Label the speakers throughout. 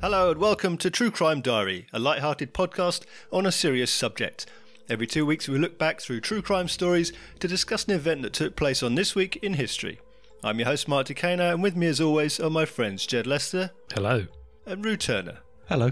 Speaker 1: Hello and welcome to True Crime Diary, a light-hearted podcast on a serious subject. Every two weeks we look back through true crime stories to discuss an event that took place on this week in history. I'm your host Mark Decana and with me as always are my friends Jed Lester
Speaker 2: Hello.
Speaker 1: and Rue Turner.
Speaker 2: Hello.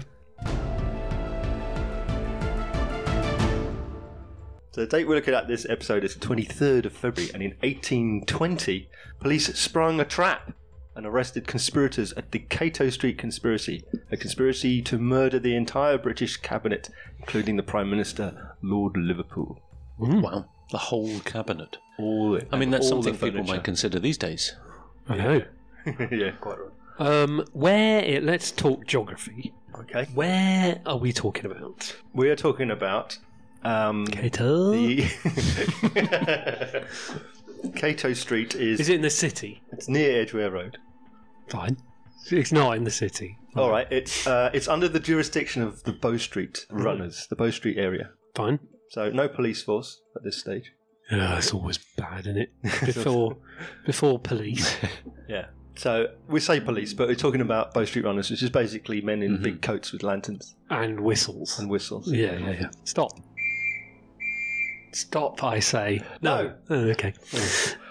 Speaker 1: So the date we're looking at this episode is 23rd of February, and in 1820, police sprung a trap and arrested conspirators at the Cato Street conspiracy, a conspiracy to murder the entire British cabinet, including the Prime Minister, Lord Liverpool.
Speaker 2: Mm.
Speaker 3: Wow, the whole cabinet.
Speaker 1: All
Speaker 3: I mean, that's
Speaker 1: all the
Speaker 3: something people might
Speaker 1: furniture.
Speaker 3: consider these days.
Speaker 2: I know.
Speaker 1: yeah, quite right.
Speaker 2: Um, where it, let's talk geography.
Speaker 1: Okay,
Speaker 2: Where are we talking about?
Speaker 1: we are talking about um,
Speaker 2: Cato.
Speaker 1: the Cato Street is,
Speaker 2: Is it in the city?
Speaker 1: it's near Edgware Road.
Speaker 2: Fine. It's not in the city.
Speaker 1: All right, it's uh, it's under the jurisdiction of the Bow Street runners, the Bow Street area.
Speaker 2: Fine.
Speaker 1: So no police force at this stage.
Speaker 2: Yeah, it's always bad, isn't it? Before, before police.
Speaker 1: Yeah. So we say police, but we're talking about Bow Street runners, which is basically men in big coats with lanterns
Speaker 2: and whistles.
Speaker 1: and whistles.
Speaker 2: Mm-hmm. yeah, yeah, yeah. Stop. Stop, I say.
Speaker 1: No.
Speaker 2: Oh, okay.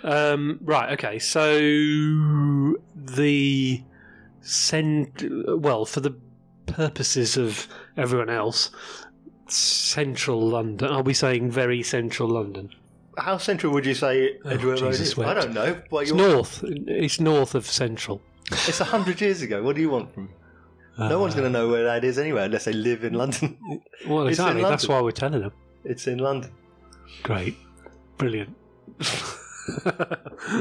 Speaker 2: Um, right. Okay. So the send well for the purposes of everyone else, central London. Are we saying very central London?
Speaker 1: How central would you say
Speaker 2: Oh,
Speaker 1: Edgware Road
Speaker 2: Jesus
Speaker 1: is?
Speaker 2: wept.
Speaker 1: I don't know. Well,
Speaker 2: It's
Speaker 1: you're,
Speaker 2: north. It's north of central.
Speaker 1: it's a hundred years ago. What do you want from? me? No one's
Speaker 2: Uh,
Speaker 1: going to know where that is anyway, unless they live in London.
Speaker 2: Well,
Speaker 1: It's in
Speaker 2: exactly. That's
Speaker 1: London.
Speaker 2: why we're telling them.
Speaker 1: it's in London.
Speaker 2: Great. Brilliant.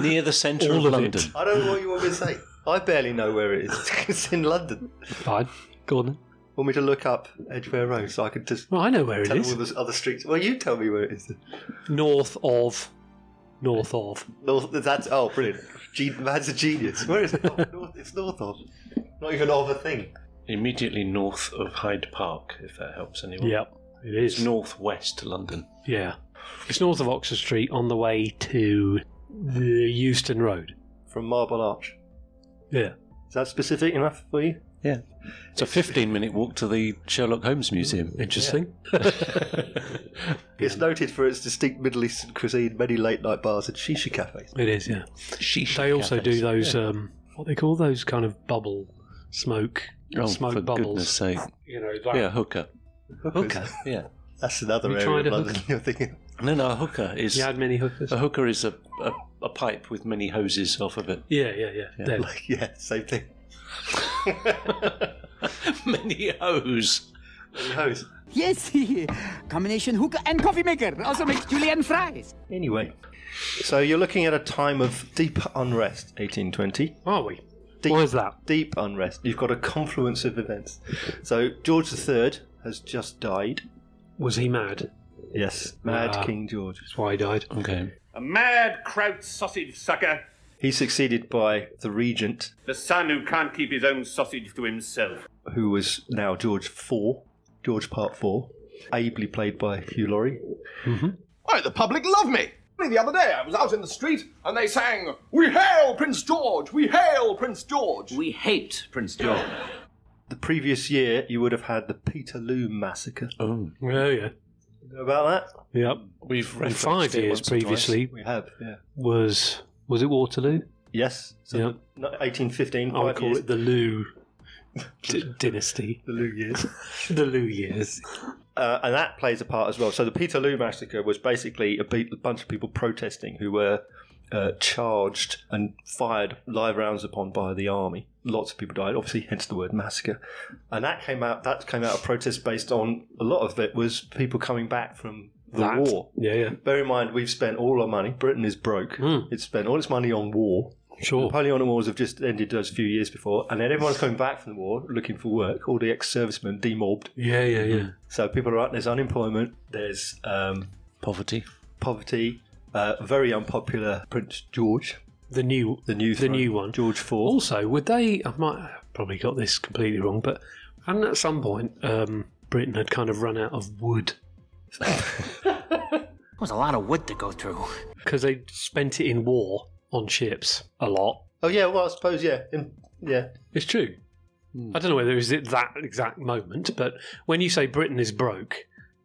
Speaker 3: Near the centre
Speaker 2: All of
Speaker 3: of
Speaker 2: it.
Speaker 3: London.
Speaker 1: I don't know what you want me to say. I barely know where it is. it's in London.
Speaker 2: Fine. Gordon.
Speaker 1: Want me to look up Edgware Road so I could just
Speaker 2: Well, I know where it
Speaker 1: tell all
Speaker 2: is.
Speaker 1: the other streets? Well, you tell me where it is.
Speaker 2: North of. North of.
Speaker 1: North, that's oh, brilliant. Gen- man's a genius. Where is it? Oh, north, it's north of. Not even of a thing.
Speaker 3: Immediately north of Hyde Park, if that helps anyone.
Speaker 2: Yep. It is.
Speaker 3: It's northwest London.
Speaker 2: Yeah. It's north of Oxford Street on the way to the Euston Road.
Speaker 1: From Marble Arch.
Speaker 2: Yeah.
Speaker 1: Is that specific enough for you?
Speaker 3: It's a 15 minute walk to the Sherlock Holmes Museum.
Speaker 2: Interesting.
Speaker 1: It's noted for its distinct Middle Eastern cuisine, many late night bars, and shisha cafes.
Speaker 2: It is, yeah.
Speaker 3: Sheesh
Speaker 2: They also
Speaker 3: cafes.
Speaker 2: do those, um, what they call those kind of bubble smoke,
Speaker 3: Oh,
Speaker 2: smoke
Speaker 3: for
Speaker 2: bubbles.
Speaker 3: goodness sake.
Speaker 2: You know, that.
Speaker 3: Yeah, hooker.
Speaker 2: Hooker.
Speaker 3: Yeah.
Speaker 1: That's another
Speaker 2: We
Speaker 1: area
Speaker 2: tried
Speaker 1: of
Speaker 2: a
Speaker 1: London you're thinking.
Speaker 3: No, no, a hooker is.
Speaker 2: You had many hookers?
Speaker 3: A hooker is a, a, a pipe with many hoses off of it.
Speaker 2: Yeah, yeah, yeah.
Speaker 3: Yeah.
Speaker 2: Them.
Speaker 1: Like, yeah, same thing.
Speaker 3: many hose.
Speaker 1: Hose.
Speaker 4: Yes, combination hooker and coffee maker also makes Julian fries.
Speaker 1: Anyway, so you're looking at a time of deep unrest, 1820.
Speaker 2: Are we?
Speaker 1: Deep-
Speaker 2: Why is that?
Speaker 1: deep unrest. You've got a confluence of events. So George III has just died.
Speaker 2: Was he mad?
Speaker 1: Yes, Mad
Speaker 2: Ah.
Speaker 1: King George.
Speaker 2: That's why he died.
Speaker 3: Okay.
Speaker 5: A mad kraut sausage sucker,
Speaker 1: He's succeeded by the regent,
Speaker 5: the son who can't keep his own sausage to himself.
Speaker 1: who was now George IV, George Part Four, ably played by Hugh Laurie.
Speaker 6: Why, the public love me. Only The other day I was out in the street and they sang, We hail Prince George! We hail Prince George!
Speaker 7: We hate Prince George.
Speaker 1: The previous year, you would have had the Peterloo massacre.
Speaker 3: Oh.
Speaker 2: Oh, yeah.
Speaker 1: You know about that?
Speaker 2: Yep.
Speaker 3: We've
Speaker 2: And
Speaker 3: referenced
Speaker 2: five
Speaker 3: it
Speaker 2: years
Speaker 3: once or twice.
Speaker 2: previously
Speaker 1: We have, yeah.
Speaker 2: was, was it Waterloo?
Speaker 1: Yes. So
Speaker 2: Yeah.
Speaker 1: the- not 1815.
Speaker 2: I would
Speaker 1: five
Speaker 2: call
Speaker 1: years.
Speaker 2: it the Lou d- dynasty.
Speaker 1: the Lou years.
Speaker 2: The Lou years.
Speaker 1: uh, and that plays a part as well. So the Peterloo massacre was basically a, be- a bunch of people protesting who were uh, charged and fired live rounds upon by the army. Lots of people died, obviously, hence the word massacre. And that came out. That came out of protest based on a lot of it was people coming back from the
Speaker 2: That.
Speaker 1: war.
Speaker 2: Yeah, yeah.
Speaker 1: Bear in mind, we've spent all our money. Britain is broke. It's spent all its money on war.
Speaker 2: Sure.
Speaker 1: Napoleonic Wars have just ended those few years before, and then everyone's coming back from the war looking for work. All the ex-servicemen demobbed.
Speaker 2: Yeah, yeah, yeah.
Speaker 1: So people are out. There's unemployment. There's um,
Speaker 3: Poverty.
Speaker 1: poverty. Uh, very unpopular Prince George,
Speaker 2: The new,
Speaker 1: the new
Speaker 2: the
Speaker 1: throne,
Speaker 2: new one.
Speaker 1: George IV.
Speaker 2: Also, would they? I might have probably got this completely wrong, but and at some point, um, Britain had kind of run out of wood
Speaker 7: That was a lot of wood to go through.
Speaker 2: because they spent it in war on ships a lot.
Speaker 1: Oh yeah, well I suppose yeah, in, yeah.
Speaker 2: It's true.
Speaker 1: Hmm.
Speaker 2: I don't know whether it was at that exact moment, but when you say Britain is broke,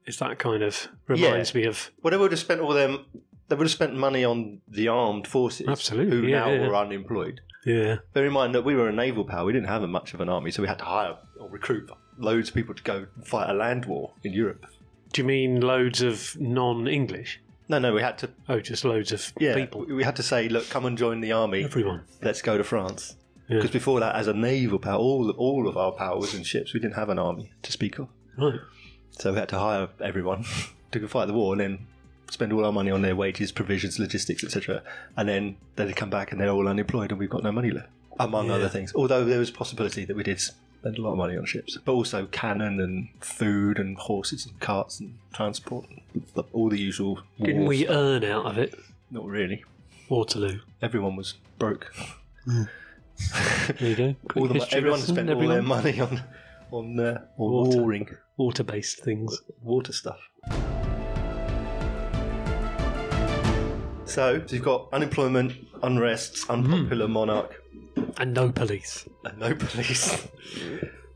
Speaker 2: it's that kind of reminds me of
Speaker 1: Well, they would have spent all them. They would have spent money on the armed forces,
Speaker 2: Absolutely,
Speaker 1: who
Speaker 2: yeah,
Speaker 1: now
Speaker 2: yeah, yeah.
Speaker 1: are unemployed.
Speaker 2: yeah.
Speaker 1: Bear in mind that we were a naval power; we didn't have a much of an army, so we had to hire or recruit loads of people to go fight a land war in Europe.
Speaker 2: Do you mean loads of non-English?
Speaker 1: No, no, we had to.
Speaker 2: Oh, just loads of
Speaker 1: Yeah,
Speaker 2: people,
Speaker 1: we had to say, look, come and join the army.
Speaker 2: everyone.
Speaker 1: Let's go to France.
Speaker 2: Yeah.
Speaker 1: Because before that, as a naval power, all all of our powers and ships, we didn't have an army to speak of.
Speaker 2: Right.
Speaker 1: So we had to hire everyone to go fight the war and then spend all our money on their wages, provisions, logistics, etc. And then they'd come back and they're all unemployed and we've got no money left, among other things. Although there was a possibility that we did spend a lot of money on ships, but also cannon and food and horses and carts and transport, and all the usual.
Speaker 2: Didn't
Speaker 1: war
Speaker 2: we
Speaker 1: stuff.
Speaker 2: earn out of it?
Speaker 1: Not really.
Speaker 2: Waterloo.
Speaker 1: Everyone was broke.
Speaker 2: There you go. Quick
Speaker 1: All the, mo-
Speaker 2: history
Speaker 1: everyone
Speaker 2: lesson,
Speaker 1: spent all
Speaker 2: everyone.
Speaker 1: their money on on, uh, on
Speaker 2: Water.
Speaker 1: warring
Speaker 2: water-based things.
Speaker 1: water stuff. So, so you've got unemployment, unrest, unpopular
Speaker 2: Hmm.
Speaker 1: monarch,
Speaker 2: And no police.
Speaker 1: and no police.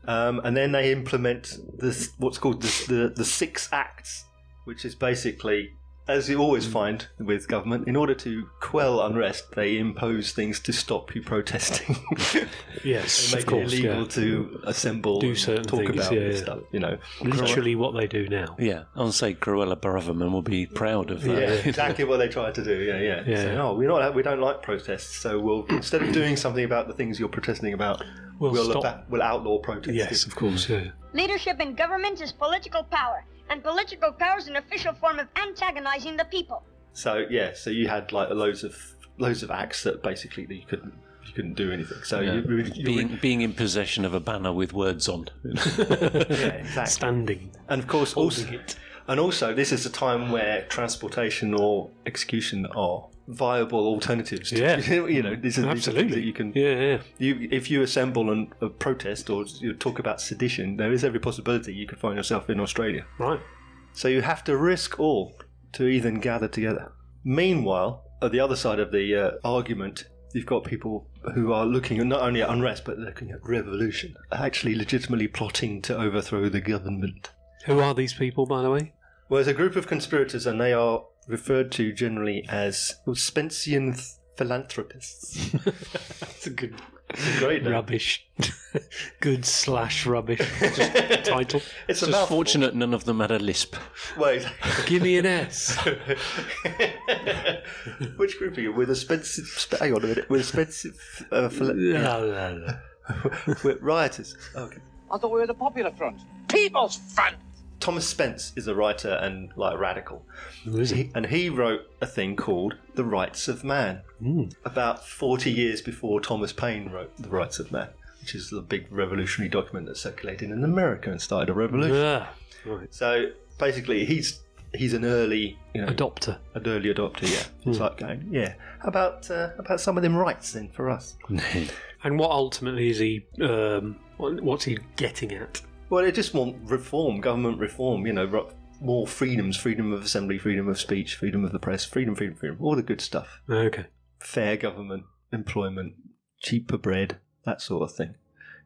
Speaker 1: um, and then they implement this what's called the, the the six acts, which is basically, as you always find with government, in order to quell unrest, they impose things to stop you protesting.
Speaker 2: Yes,
Speaker 1: Make
Speaker 2: of course.
Speaker 1: it illegal
Speaker 2: yeah.
Speaker 1: to assemble,
Speaker 2: Do
Speaker 1: and
Speaker 2: certain
Speaker 1: talk
Speaker 2: things,
Speaker 1: about
Speaker 2: yeah,
Speaker 1: this
Speaker 2: yeah.
Speaker 1: stuff. You know,
Speaker 2: Literally what they do now.
Speaker 3: Yeah, I'll say Cruella Braverman will be proud of
Speaker 1: Yeah,
Speaker 3: that.
Speaker 1: exactly what they tried to do. Yeah, yeah.
Speaker 2: Yeah.
Speaker 1: Saying, oh, we're not, we don't like protests, so we'll instead of doing something about the things you're protesting about,
Speaker 2: We'll
Speaker 1: we'll
Speaker 2: stop-
Speaker 1: aba- we'll outlaw protests.
Speaker 2: Yes, of course. Yeah.
Speaker 8: Leadership in government is political power, and political power is an official form of antagonizing the people.
Speaker 1: So yeah, so you had like loads of loads of acts that basically you couldn't you couldn't do anything. So you, you, you
Speaker 3: Being, being in possession of a banner with words on.
Speaker 1: yeah, exactly.
Speaker 2: Standing.
Speaker 1: and of course also and also this is a time where transportation or execution are viable alternatives. To,
Speaker 2: Yeah.
Speaker 1: you know this is these are things
Speaker 2: Absolutely.
Speaker 1: that you can
Speaker 2: Yeah, yeah.
Speaker 1: You, if you assemble and uh, protest or you talk about sedition, there is every possibility you could find yourself in Australia.
Speaker 2: Right.
Speaker 1: So you have to risk all to even gather together. Meanwhile, at the other side of the uh, argument, you've got people who are looking not only at unrest but looking at revolution, actually legitimately plotting to overthrow the government.
Speaker 2: Who are these people, by the way?
Speaker 1: Well, there's a group of conspirators, and they are referred to generally as Spencean th- philanthropists.
Speaker 2: That's a good
Speaker 1: Great name.
Speaker 2: rubbish. good slash rubbish just title.
Speaker 1: It's, a
Speaker 3: It's
Speaker 1: mouthful.
Speaker 3: fortunate none of them had a lisp.
Speaker 1: Wait.
Speaker 2: Give me an S.
Speaker 1: Which group are you? With a Spencer. sp- Hang on a minute. With a Spencer. Uh, fl-
Speaker 2: No, no, no.
Speaker 1: with rioters. Okay.
Speaker 4: I thought we were the Popular Front.
Speaker 1: Thomas Spence is a writer and like radical,
Speaker 2: Who is it?
Speaker 1: and he wrote a thing called The Rights of Man
Speaker 2: Hmm.
Speaker 1: about 40 years before Thomas Paine wrote The Rights of Man, which is the big revolutionary document that circulated in America and started a revolution.
Speaker 2: Ah, right.
Speaker 1: So basically, he's he's an early you know,
Speaker 2: Adopter.
Speaker 1: an early adopter. Yeah,
Speaker 2: Hmm.
Speaker 1: it's like going, yeah. How about uh, how about some of them rights then for us?
Speaker 2: Hmm. And what ultimately is he? Um, what- what's he getting at?
Speaker 1: Well, they just want reform, government reform. You know, ro- more freedoms: freedom of assembly, freedom of speech, freedom of the press, freedom, freedom, freedom. All the good stuff.
Speaker 2: Okay.
Speaker 1: Fair government, employment, cheaper bread, that sort of thing.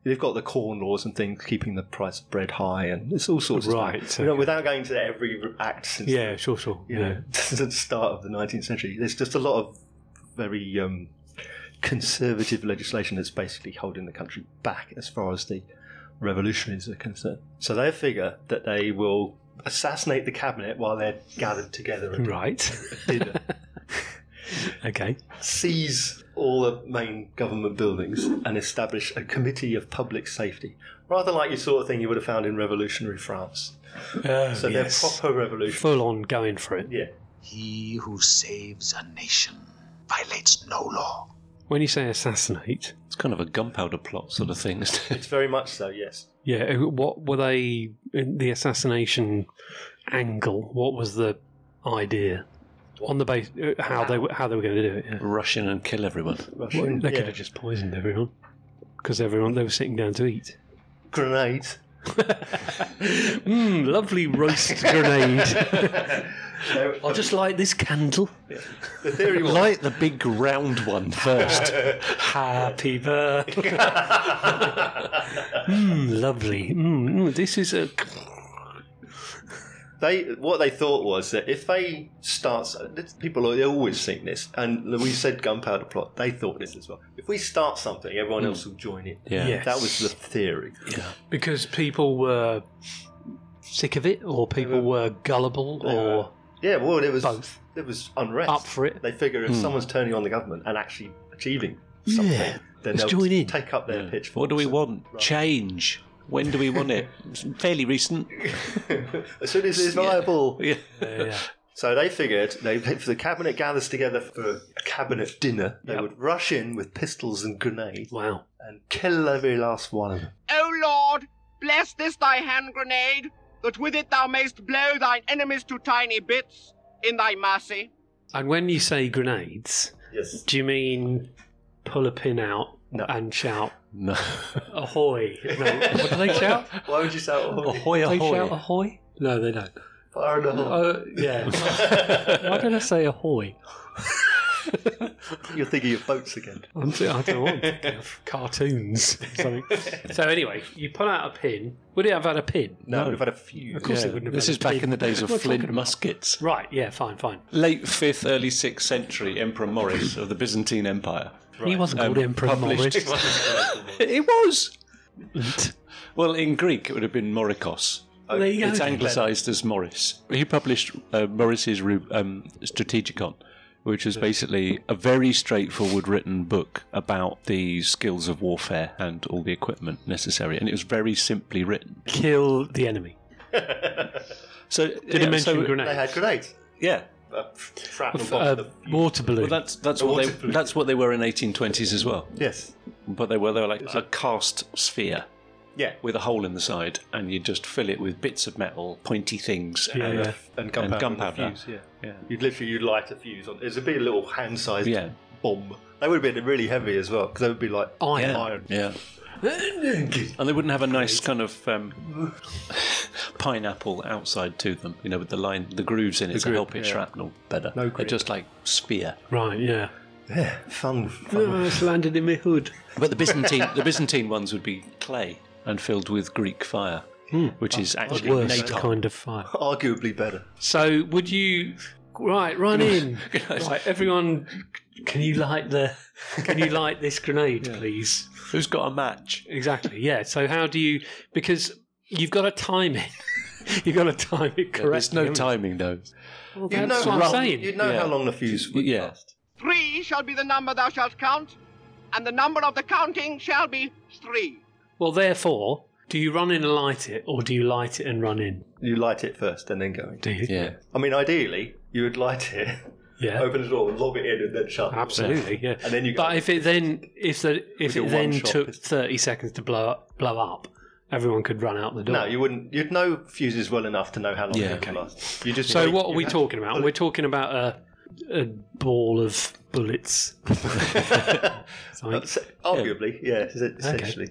Speaker 1: They've got the corn laws and things, keeping the price of bread high, and it's all sorts of
Speaker 2: Right,
Speaker 1: stuff. You know,
Speaker 2: okay.
Speaker 1: without going to every act since
Speaker 2: Yeah, sure, sure.
Speaker 1: you know, since the start of the 19th century. There's just a lot of very um, conservative legislation that's basically holding the country back as far as the revolutionaries are concerned. So they figure that they will assassinate the cabinet while they're gathered together at
Speaker 2: Right.
Speaker 1: dinner,
Speaker 2: okay.
Speaker 1: seize all the main government buildings, and establish a committee of public safety. Rather like you sort of thing you would have found in revolutionary France.
Speaker 2: Oh,
Speaker 1: So they're proper revolution.
Speaker 2: Full on going for it.
Speaker 1: Yeah.
Speaker 7: He who saves a nation violates no law.
Speaker 2: When you say assassinate,
Speaker 3: It's kind of a gunpowder plot sort of thing. isn't it?
Speaker 1: It's very much so, yes.
Speaker 2: yeah, what were they? The assassination angle. What was the idea? On the base, uh, how they were- how they were going to do it. Yeah.
Speaker 3: Rush in and kill everyone.
Speaker 1: Russian,
Speaker 2: They could
Speaker 1: yeah.
Speaker 2: have just poisoned everyone because everyone they were sitting down to eat.
Speaker 1: grenades.
Speaker 2: Mm, lovely roast grenade. I just like this candle.
Speaker 1: The theory was
Speaker 3: Light the big round one first.
Speaker 2: Happy birthday. mm, lovely. Mm, mm, this is a.
Speaker 1: they what they thought was that if they start people they always think this, and we said gunpowder plot. They thought this as well. If we start something,
Speaker 2: Hmm.
Speaker 1: everyone else will join in.
Speaker 3: Yeah.
Speaker 2: Yes.
Speaker 1: That was the theory.
Speaker 2: Because people were sick of it, or people were gullible, or.
Speaker 1: Yeah, well, it was
Speaker 2: Both.
Speaker 1: It was unrest.
Speaker 2: Up for it. Hmm.
Speaker 1: They figure if someone's turning on the government and actually achieving something,
Speaker 2: Yeah,
Speaker 1: then
Speaker 2: let's
Speaker 1: they'll
Speaker 2: join in.
Speaker 1: take up their pitch.
Speaker 3: What do we want? Change. When do we want it? It's fairly recent.
Speaker 1: As soon as it's viable.
Speaker 3: Yeah.
Speaker 2: Yeah.
Speaker 1: So they figured they if the cabinet gathers together for a cabinet dinner, they would rush in with pistols and grenades
Speaker 2: Wow.
Speaker 1: and kill every last one of them.
Speaker 9: O Lord, bless this thy hand grenade, that with it thou mayst blow thine enemies to tiny bits in thy mercy.
Speaker 2: And when you say grenades,
Speaker 1: Yes.
Speaker 2: do you mean pull a pin out
Speaker 1: No.
Speaker 2: and shout,
Speaker 3: No.
Speaker 2: ahoy? No, what do they shout?
Speaker 1: Why would you say oh,
Speaker 3: Ahoy,
Speaker 2: They shout
Speaker 3: ahoy.
Speaker 2: ahoy? No, they don't.
Speaker 1: fire in the hole?
Speaker 2: Oh, yeah. Why did I say ahoy?
Speaker 1: You're thinking of boats again.
Speaker 2: I'm, I don't know what I'm thinking of. Cartoons or something. So, anyway, you pull out a pin. Would it have had a pin?
Speaker 1: No, we've had a few.
Speaker 2: Of course
Speaker 3: Yeah.
Speaker 2: it wouldn't have
Speaker 3: This
Speaker 2: had
Speaker 3: is
Speaker 2: a
Speaker 3: back
Speaker 2: pin.
Speaker 3: in the days of
Speaker 2: We're talking
Speaker 3: flint
Speaker 2: about-
Speaker 3: muskets.
Speaker 2: Right, yeah, fine, fine.
Speaker 3: Late 5th, early 6th century Emperor Maurice of the Byzantine Empire.
Speaker 2: He wasn't
Speaker 3: Um,
Speaker 2: called Emperor
Speaker 3: published-
Speaker 2: Maurice.
Speaker 3: It was! well, in Greek, it would have been Morikos.
Speaker 2: there you go.
Speaker 3: It's anglicised as Morris. He published uh, Morris's Ru- um, Strategicon, which was basically a very straightforward written book about the skills of warfare and all the equipment necessary. And it was very simply written.
Speaker 2: Kill the enemy.
Speaker 3: So,
Speaker 2: Did
Speaker 3: yeah,
Speaker 2: it mention
Speaker 3: so-
Speaker 2: grenades?
Speaker 1: They had grenades.
Speaker 3: Yeah.
Speaker 1: Uh, shrapnel bombs.
Speaker 2: Uh, water balloon.
Speaker 3: Well, that's that's
Speaker 1: The
Speaker 3: what
Speaker 1: water
Speaker 3: they
Speaker 1: balloon.
Speaker 3: that's what they were in 1820s as well.
Speaker 1: yes.
Speaker 3: But they were they were like a cast sphere
Speaker 1: Yeah.
Speaker 3: with a hole in the side, and you just fill it with bits of metal, pointy things,
Speaker 2: Yeah,
Speaker 3: and
Speaker 2: yeah.
Speaker 1: and gunpowder.
Speaker 3: gunpowder.
Speaker 1: and a fuse, yeah. You'd literally you'd light a fuse on. It'd be a little hand-sized
Speaker 3: Yeah.
Speaker 1: bomb. They would have been really heavy as well because they would be like
Speaker 2: Iron.
Speaker 3: Yeah.
Speaker 1: iron.
Speaker 3: Yeah. And they wouldn't have a nice kind of um, pineapple outside to them, you know, with the line, the grooves in it to help it shrapnel better.
Speaker 1: No
Speaker 3: They're
Speaker 1: grip.
Speaker 3: just like sphere.
Speaker 2: Right, yeah.
Speaker 1: Yeah, fun. fun.
Speaker 2: Oh, it's landed in my hood.
Speaker 3: But the Byzantine, the Byzantine ones would be clay and filled with Greek fire,
Speaker 2: Hmm.
Speaker 3: which is actually
Speaker 2: Worst
Speaker 3: napalm.
Speaker 2: kind of fire.
Speaker 1: Arguably better.
Speaker 2: So would you? Right, run in. right, everyone. Can you light the? Can you light this grenade, please?
Speaker 3: Who's got a match?
Speaker 2: Exactly. Yeah. So how do you? Because you've got to time it. you've got to time it correctly.
Speaker 3: There's no
Speaker 2: haven't you?
Speaker 3: timing though.
Speaker 2: Well,
Speaker 1: You'd
Speaker 2: that's
Speaker 1: know
Speaker 2: what I'm
Speaker 1: how-
Speaker 2: saying.
Speaker 1: You'd know
Speaker 3: Yeah.
Speaker 1: how long the fuse would
Speaker 3: Yeah.
Speaker 1: last.
Speaker 9: Three shall be the number thou shalt count, and the number of the counting shall be three.
Speaker 2: Well, therefore, do you run in and light it, or do you light it and run in?
Speaker 1: You light it first and then go. in.
Speaker 2: Do you?
Speaker 3: Yeah.
Speaker 1: I mean, ideally, you would light it,
Speaker 2: Yeah.
Speaker 1: open the door, lob it in, and then shut. the door.
Speaker 2: Absolutely, yeah.
Speaker 1: Oh, And then you
Speaker 2: but
Speaker 1: go-
Speaker 2: if it then if the if
Speaker 1: your
Speaker 2: it then
Speaker 1: one-shot
Speaker 2: took
Speaker 1: pistol.
Speaker 2: thirty seconds to blow up, blow up, everyone could run out the door.
Speaker 1: No, you wouldn't. You'd know fuses well enough to know how long
Speaker 3: Yeah.
Speaker 1: they can last. You just.
Speaker 2: So
Speaker 1: you-
Speaker 2: what are
Speaker 1: you
Speaker 2: we
Speaker 1: have-
Speaker 2: talking about? We're talking about a, a ball of bullets. Something.
Speaker 1: Uh, se- Arguably, yeah, es- essentially.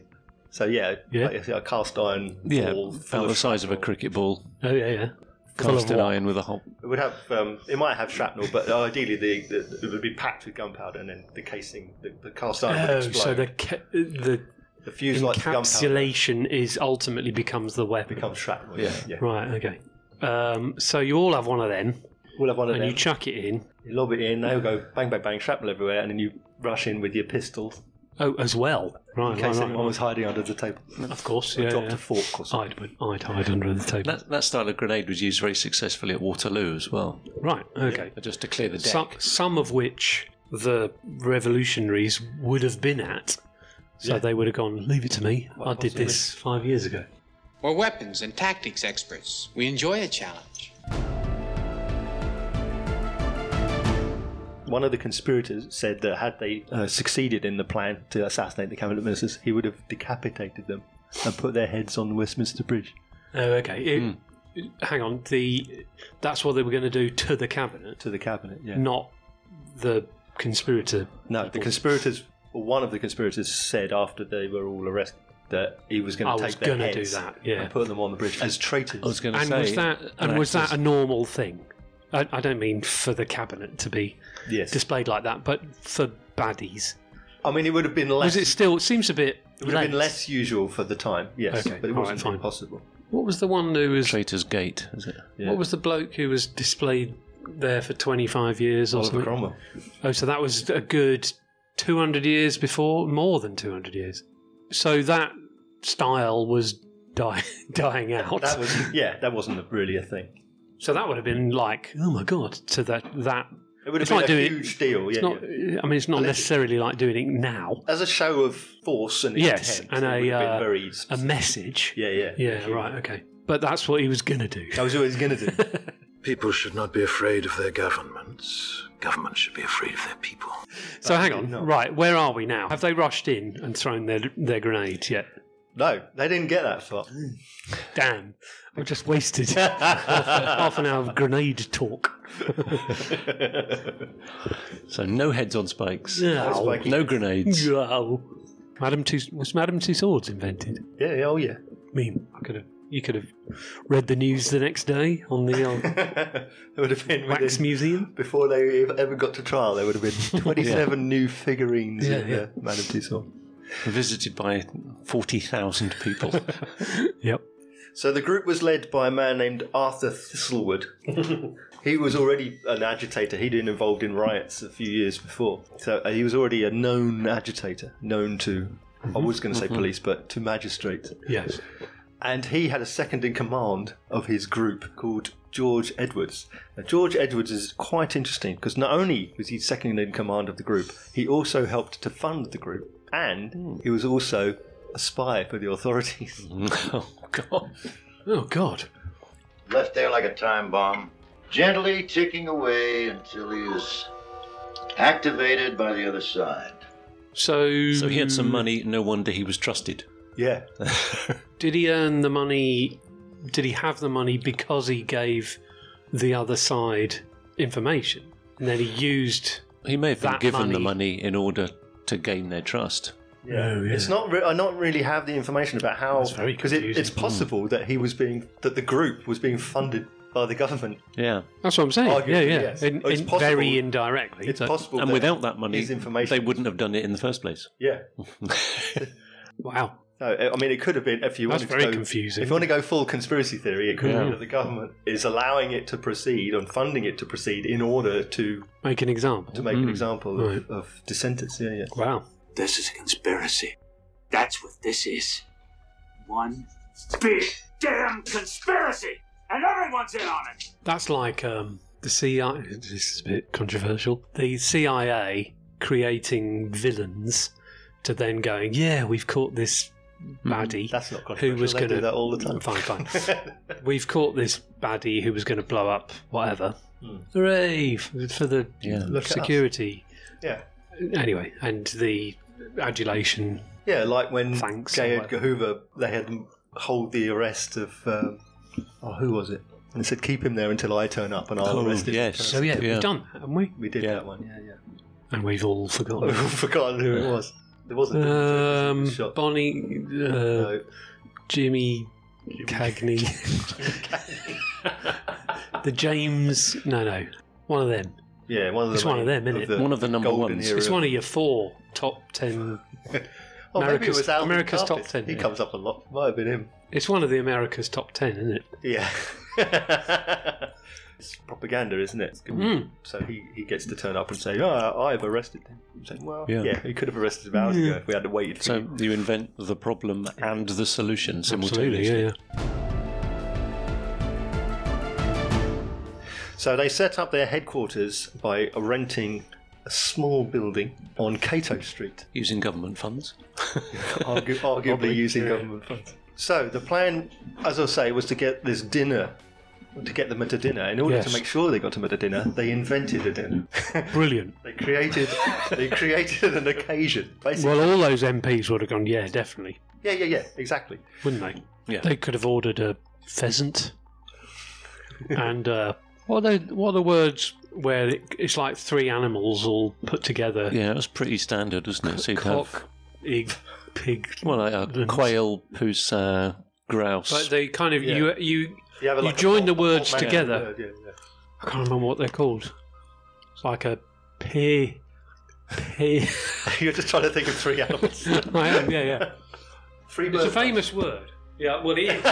Speaker 1: So yeah,
Speaker 2: Yeah.
Speaker 1: like, a cast iron
Speaker 3: Yeah.
Speaker 1: ball full
Speaker 3: About the
Speaker 1: of
Speaker 3: size of a cricket ball,
Speaker 2: oh yeah, yeah. Full of
Speaker 3: casted
Speaker 2: what?
Speaker 3: iron with a hole.
Speaker 1: It would have. Um, it might have shrapnel, but ideally, the, the it would be packed with gunpowder, and then the casing, the, the cast iron would
Speaker 2: Oh,
Speaker 1: explode.
Speaker 2: so the ca- the
Speaker 1: the fuse like the gunpowder
Speaker 2: encapsulation is ultimately becomes the weapon.
Speaker 1: becomes shrapnel. Yeah, yeah.
Speaker 2: Right. Okay. Um, so you all have one of them,
Speaker 1: We'll have one of
Speaker 2: and
Speaker 1: them.
Speaker 2: you
Speaker 1: You,
Speaker 2: chuck it in.
Speaker 1: lob it in. They'll go bang, bang, bang, shrapnel everywhere, and then you rush in with your pistol
Speaker 2: Oh, as well.
Speaker 1: in
Speaker 2: Right. right,
Speaker 1: case
Speaker 2: right,
Speaker 1: anyone was hiding under the table.
Speaker 2: right. Of course. Yeah.
Speaker 1: dropped
Speaker 2: yeah.
Speaker 1: a fork or something.
Speaker 2: I'd, I'd hide under the table.
Speaker 3: That, that style of grenade was used very successfully at Waterloo as well,
Speaker 2: right. Okay.
Speaker 3: just to clear the deck.
Speaker 2: some, some of which the revolutionaries would have been at. So they would have gone, leave it to me. I did this five years ago.
Speaker 10: We're weapons and tactics experts. We enjoy a challenge.
Speaker 1: One of the conspirators said that had they uh, succeeded in the plan to assassinate the cabinet ministers, he would have decapitated them and put their heads on Westminster Bridge.
Speaker 2: Oh, okay. It-
Speaker 1: Hmm.
Speaker 2: Hang on. The that's what they were going to do to the cabinet,
Speaker 1: To the cabinet, yeah.
Speaker 2: not the conspirator.
Speaker 1: No, the conspirators, well, one of the conspirators said after they were all arrested that he was
Speaker 2: I
Speaker 1: going to
Speaker 2: was
Speaker 1: take their
Speaker 2: gonna do
Speaker 1: heads
Speaker 2: that, yeah.
Speaker 1: and put them on the bridge as traitors.
Speaker 3: I was going
Speaker 2: and was that and was that a normal thing? I, I don't mean for the cabinet to be
Speaker 1: Yes.
Speaker 2: displayed like that, but for baddies.
Speaker 1: I mean, it would have been less.
Speaker 2: Was it still? It seems a bit.
Speaker 1: It would have been
Speaker 2: late.
Speaker 1: less usual for the time, yes,
Speaker 2: Okay,
Speaker 1: but it
Speaker 2: all
Speaker 1: wasn't
Speaker 2: right, fine.
Speaker 1: impossible.
Speaker 2: What was the one who was?
Speaker 3: Traitor's Gate? Is it?
Speaker 1: Yeah.
Speaker 2: What was the bloke who was displayed there for twenty five years or
Speaker 1: Oliver
Speaker 2: something?
Speaker 1: Cromwell?
Speaker 2: Oh, so that was a good 200 years before, more than 200 years. So that style was die, dying out.
Speaker 1: That was yeah, that wasn't a- really a thing.
Speaker 2: so that would have been like, oh my god, to that that.
Speaker 1: It would have
Speaker 2: It's
Speaker 1: been
Speaker 2: like
Speaker 1: a
Speaker 2: doing-
Speaker 1: huge deal.
Speaker 2: It's
Speaker 1: Yeah,
Speaker 2: not.
Speaker 1: yeah.
Speaker 2: I mean, it's not necessarily like doing it now.
Speaker 1: as a show of force and
Speaker 2: Yes,
Speaker 1: intent.
Speaker 2: and
Speaker 1: it would
Speaker 2: a
Speaker 1: have been
Speaker 2: uh,
Speaker 1: very
Speaker 2: a message.
Speaker 1: yeah, yeah,
Speaker 2: Yeah, right, okay. But that's what he was gonna do.
Speaker 1: That was what he was going to do.
Speaker 7: People should not be afraid of their governments. Governments should be afraid of their people.
Speaker 2: So hang on,
Speaker 1: not.
Speaker 2: right? Where are we now? Have they rushed in and thrown their their grenades yet?
Speaker 1: No, they didn't get that far.
Speaker 2: Damn, I've just wasted half an hour of grenade talk.
Speaker 3: So no heads on spikes.
Speaker 2: No.
Speaker 1: spiky.
Speaker 3: No grenades.
Speaker 2: No. Madam Two was Madam Two Swords invented?
Speaker 1: Yeah, yeah, oh yeah.
Speaker 2: I mean, I could have you could have read the news the next day on the old
Speaker 1: it would have been
Speaker 2: wax
Speaker 1: within,
Speaker 2: museum.
Speaker 1: before they ev- ever got to trial. There would have been twenty-seven new figurines
Speaker 2: Yeah,
Speaker 1: in
Speaker 2: yeah.
Speaker 1: the Man of Tussauds.
Speaker 3: Visited by forty thousand people.
Speaker 2: Yep.
Speaker 1: So the group was led by a man named Arthur Thistlewood. he was already an agitator. He'd been involved in riots a few years before. So uh, he was already a known agitator, known to, I was going to say police, but to magistrates.
Speaker 2: Yes.
Speaker 1: And he had a second in command of his group called George Edwards. Now, George Edwards is quite interesting because not only was he second in command of the group, he also helped to fund the group and he was also a spy for the authorities.
Speaker 3: oh God!
Speaker 2: Oh God.
Speaker 11: left there like a time bomb, gently ticking away until he is activated by the other side.
Speaker 2: So
Speaker 3: So he had
Speaker 2: Mm.
Speaker 3: some money. No wonder he was trusted.
Speaker 1: Yeah.
Speaker 2: Did he earn the money? Did he have the money because he gave the other side information, and then he used?
Speaker 3: He may have been
Speaker 2: That
Speaker 3: given the
Speaker 2: money-
Speaker 3: money in order to gain their trust.
Speaker 1: Yeah.
Speaker 2: Oh, yeah.
Speaker 1: It's not. Re- I not really have the information about how
Speaker 2: That's very
Speaker 1: because it,
Speaker 2: confusing. Hmm.
Speaker 1: it's possible that he was being that the group was being funded by the government.
Speaker 3: Yeah,
Speaker 2: That's what I'm saying.
Speaker 1: Arguably,
Speaker 2: yeah, yeah.
Speaker 1: yes.
Speaker 2: In,
Speaker 1: Oh, it's
Speaker 2: in-
Speaker 1: possible-
Speaker 2: very indirectly.
Speaker 1: It's
Speaker 2: but-
Speaker 1: possible.
Speaker 3: and
Speaker 1: that
Speaker 3: without that money,
Speaker 1: his information,
Speaker 3: they wouldn't have done it in the first place.
Speaker 1: Yeah.
Speaker 2: Wow.
Speaker 1: No, I mean, it could have been if you
Speaker 2: That's
Speaker 1: wanted
Speaker 2: very
Speaker 1: to go,
Speaker 2: confusing.
Speaker 1: If you want to go full conspiracy theory, it could
Speaker 3: Yeah.
Speaker 1: be that the government is allowing it to proceed and funding it to proceed in order to
Speaker 2: Make an example.
Speaker 1: to make an example
Speaker 2: Hmm. Right.
Speaker 1: of, of dissenters. Yeah, yeah.
Speaker 2: Wow.
Speaker 12: This is a conspiracy. That's what this is. One big damn conspiracy! And everyone's in on it!
Speaker 2: That's like um, the CIA. This is a bit controversial. The CIA creating villains to then going, yeah, we've caught this baddie
Speaker 1: That's not
Speaker 2: who
Speaker 1: controversial.
Speaker 2: was
Speaker 1: They
Speaker 2: going
Speaker 1: do that all the time.
Speaker 2: Fine, fine. we've caught this baddie who was going to blow up whatever. Hooray for, for the
Speaker 3: Yeah.
Speaker 1: Look at us.
Speaker 2: security.
Speaker 1: Yeah.
Speaker 2: Anyway, and the adulation.
Speaker 1: Yeah, like when
Speaker 2: Thanks,
Speaker 1: J.
Speaker 2: or
Speaker 1: Edgar Hoover, they had them hold the arrest of, um, oh, who was it? And it said, keep him there until I turn up and I'll
Speaker 3: Oh,
Speaker 1: arrest him.
Speaker 3: yes.
Speaker 2: So yeah,
Speaker 3: Yeah.
Speaker 2: we've done that, haven't we?
Speaker 1: We did
Speaker 3: Yeah.
Speaker 1: that one, yeah, yeah.
Speaker 2: And we've all forgotten.
Speaker 1: I've forgotten who it was. There wasn't. there
Speaker 2: Um,
Speaker 1: was a shot.
Speaker 2: Bonnie, uh,
Speaker 1: Oh, No.
Speaker 2: Jimmy Cagney, the James. No, no, one of them.
Speaker 1: Yeah, one of the
Speaker 2: It's one of them,
Speaker 1: main-
Speaker 2: isn't it?
Speaker 1: the
Speaker 3: One of the number
Speaker 1: golden
Speaker 3: ones.
Speaker 1: era.
Speaker 2: It's one of your four top ten.
Speaker 1: Oh, maybe it
Speaker 2: America's-
Speaker 1: was Alvin
Speaker 2: America's top
Speaker 1: Carpet.
Speaker 2: ten,
Speaker 1: He
Speaker 2: yeah.
Speaker 1: comes up a lot. Might have been him.
Speaker 2: It's one of the America's top ten, isn't it?
Speaker 1: Yeah. it's propaganda, isn't it? It's gonna be-
Speaker 2: Mm.
Speaker 1: So he, he gets to turn up and say, oh, I've arrested him. I'm saying, well, yeah.
Speaker 3: Yeah.
Speaker 1: he could have arrested him hours ago if we had waited for
Speaker 3: So
Speaker 1: you.
Speaker 3: you invent the problem and the solution
Speaker 2: Absolutely, yeah,
Speaker 3: simultaneously.
Speaker 2: yeah.
Speaker 1: So they set up their headquarters by renting a small building on Cato Street,
Speaker 3: Using government funds.
Speaker 1: argu- arguably using government funds. So the plan, as I say, was to get this dinner, to get them at a dinner. In order to
Speaker 2: Yes.
Speaker 1: make sure they got them at a dinner, they invented a dinner.
Speaker 2: Brilliant.
Speaker 1: they created, they created an occasion, basically.
Speaker 2: Well, all those MPs would have gone. Yeah, definitely,
Speaker 1: yeah, yeah, yeah, exactly.
Speaker 2: wouldn't they?
Speaker 3: Yeah.
Speaker 2: They could have ordered a pheasant. and uh, what are the what are the words where it, it's like three animals all put together?
Speaker 3: Yeah, it was pretty standard, wasn't it? So you'd have
Speaker 2: Cock, egg, pig.
Speaker 3: Well, like a quail, pusa, grouse.
Speaker 2: But they kind of
Speaker 3: Yeah.
Speaker 2: you you
Speaker 3: You have,
Speaker 2: you
Speaker 3: like, a
Speaker 2: join the
Speaker 3: whole-
Speaker 2: words
Speaker 3: whole man
Speaker 2: together.
Speaker 3: word, yeah, yeah.
Speaker 2: I can't remember what they're called. It's like a pay. Pay.
Speaker 1: You're just trying to think of three animals.
Speaker 2: I am. Yeah, yeah.
Speaker 1: Free
Speaker 2: it's a
Speaker 1: bird.
Speaker 2: famous word. Yeah, well, it is.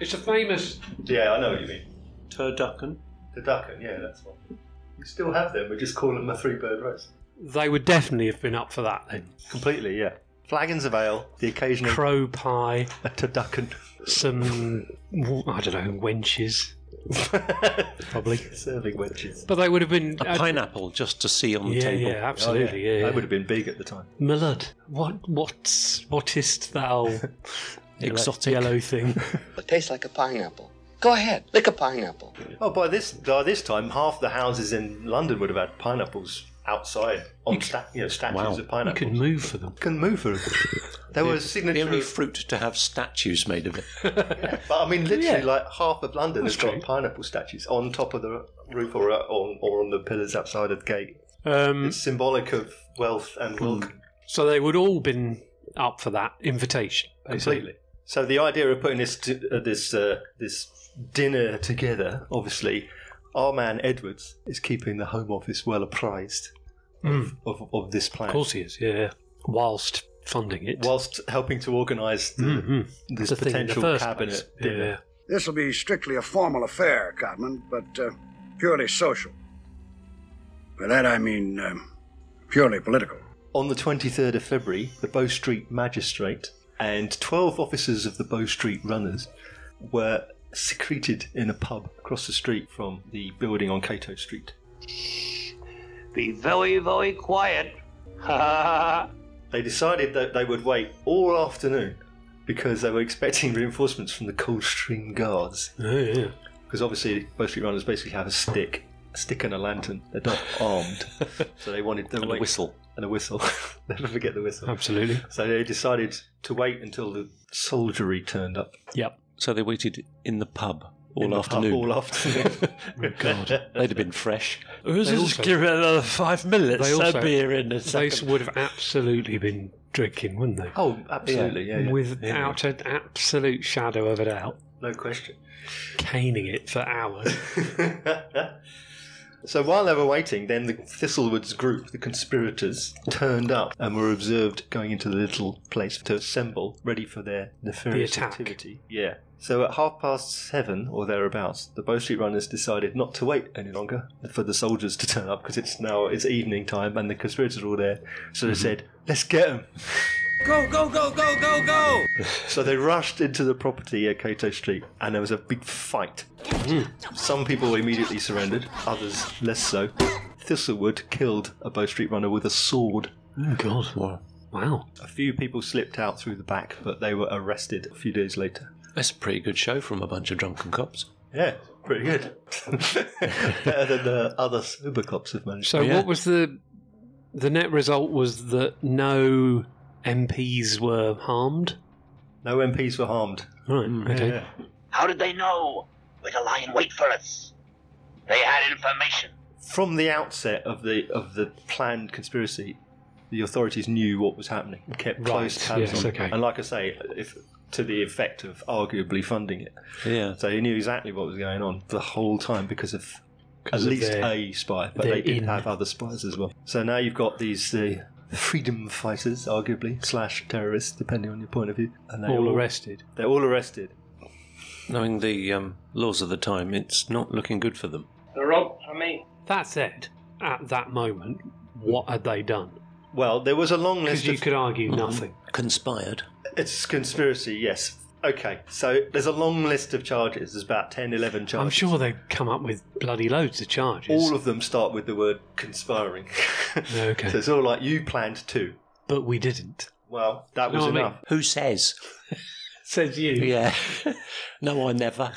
Speaker 2: it's a famous.
Speaker 1: Yeah, I know what you mean.
Speaker 3: Turducken.
Speaker 1: Turducken, yeah, that's one. We still have them. We just call them a three bird race.
Speaker 2: They would definitely have been up for that then.
Speaker 1: Completely, yeah. Flagons of ale, the occasional
Speaker 2: crow pie,
Speaker 1: a turducken,
Speaker 2: some I don't know wenches, probably
Speaker 1: serving wenches.
Speaker 2: But they would have been
Speaker 3: A pineapple just to see on the
Speaker 2: Uh, Yeah,
Speaker 3: table.
Speaker 2: yeah, absolutely, yeah, yeah.
Speaker 1: That Oh, would have been big at the time.
Speaker 2: My lord, what what's whatist thou
Speaker 1: Exotic.
Speaker 2: yellow thing?
Speaker 13: It tastes like a pineapple. Go ahead, lick a pineapple.
Speaker 1: Oh, by this by this time, half the houses in London would have had pineapples outside on sta- you know, statues of pineapples.
Speaker 2: You could move for them.
Speaker 1: Can move for them. There was signature.
Speaker 3: The only fruit to have statues made of it.
Speaker 1: But I mean, literally, like half of London has got pineapple statues on top of the roof or on or on the pillars outside of the gate.
Speaker 2: Um,
Speaker 1: it's symbolic of wealth and welcome.
Speaker 2: So they would all been up for that invitation. basically.
Speaker 1: Completely. So the idea of putting this t- uh, this uh, this dinner together, obviously, our man Edwards is keeping the Home Office well apprised
Speaker 2: Mm.
Speaker 1: of, of this plan.
Speaker 2: Of course he is. Yeah, whilst funding it,
Speaker 1: whilst helping to organise the,
Speaker 2: Mhm.
Speaker 1: this
Speaker 2: The thing in the
Speaker 1: potential
Speaker 2: first
Speaker 1: cabinet
Speaker 2: place.
Speaker 1: dinner.
Speaker 2: Yeah.
Speaker 14: This will be strictly a formal affair, Codman, but uh, purely social. By that I mean um, purely political.
Speaker 1: On the 23rd of February, the Bow Street magistrate and 12 officers of the Bow Street runners were secreted in a pub across the street from the building on Cato Street.
Speaker 15: Be very, very quiet.
Speaker 1: They decided that they would wait all afternoon because they were expecting reinforcements from the Coldstream Guards.
Speaker 2: yeah.
Speaker 1: Because obviously, Bow Street runners basically have a stick, a stick and a lantern. They're not armed, so they wanted them
Speaker 3: And a whistle.
Speaker 1: and a whistle. Never forget the whistle.
Speaker 2: Absolutely.
Speaker 1: So they decided to wait until the soldiery turned up.
Speaker 2: Yep.
Speaker 3: So they waited in the pub all
Speaker 1: In the pub
Speaker 3: afternoon.
Speaker 1: all afternoon.
Speaker 3: oh, God. They'd have been fresh.
Speaker 2: They also-
Speaker 3: another five minutes.
Speaker 2: They also-
Speaker 3: a
Speaker 2: They would have absolutely been drinking, wouldn't they?
Speaker 1: Oh, absolutely, yeah, yeah.
Speaker 2: Without an absolute shadow of a doubt,
Speaker 1: No question.
Speaker 2: caning it for hours.
Speaker 1: So while they were waiting, then the Thistlewood's group, the conspirators, turned up and were observed going into the little place to assemble, ready for their nefarious
Speaker 2: attack.
Speaker 1: activity. Yeah. So at half past seven or thereabouts, the Bow Street runners decided not to wait any longer for the soldiers to turn up because it's now it's evening time and the conspirators are all there. So they said, "Let's get them."
Speaker 15: Mhm. Go, go, go, go, go, go!
Speaker 1: So they rushed into the property at Cato Street, and there was a big fight. Some people immediately surrendered, others less so. Thistlewood killed a Bow Street runner with a sword.
Speaker 2: Oh God! Wow. Wow.
Speaker 1: A few people slipped out through the back, but they were arrested a few days later.
Speaker 3: That's a pretty good show from a bunch of drunken cops.
Speaker 1: Yeah, pretty good. Better than the other sober cops have managed.
Speaker 2: So what was the the net result? Was that no MPs were harmed?
Speaker 1: No MPs were harmed.
Speaker 2: Right. okay.
Speaker 15: How did they know where to lie in wait for us? They had information.
Speaker 1: From the outset of the of the planned conspiracy, the authorities knew what was happening and kept close
Speaker 2: Right,
Speaker 1: tabs
Speaker 2: yes,
Speaker 1: on
Speaker 2: okay.
Speaker 1: it. And like I say, if to the effect of arguably funding it.
Speaker 3: Yeah.
Speaker 1: So he knew exactly what was going on the whole time because of at
Speaker 3: of
Speaker 1: least
Speaker 3: their-
Speaker 1: a spy, but
Speaker 3: their
Speaker 1: they did
Speaker 3: in.
Speaker 1: have other spies as well. So now you've got these the freedom fighters, arguably slash terrorists, depending on your point of view, and they
Speaker 3: All arrested.
Speaker 1: They're all arrested.
Speaker 3: Knowing the um, laws of the time, it's not looking good for them.
Speaker 2: They're up for me. That said, at that moment, what had they done?
Speaker 1: Well, there was a long list.
Speaker 2: Because you
Speaker 1: of-
Speaker 2: could argue nothing.
Speaker 3: Conspired.
Speaker 1: It's conspiracy, yes. Okay, so there's a long list of charges. There's about 10, 11 charges.
Speaker 2: I'm sure they come up with bloody loads of charges.
Speaker 1: All of them start with the word conspiring.
Speaker 2: okay.
Speaker 1: so it's all like you planned to.
Speaker 2: But we didn't.
Speaker 1: Well, that was
Speaker 3: No, I mean,
Speaker 1: enough.
Speaker 3: Who says?
Speaker 2: Says you.
Speaker 3: Yeah. no, I never.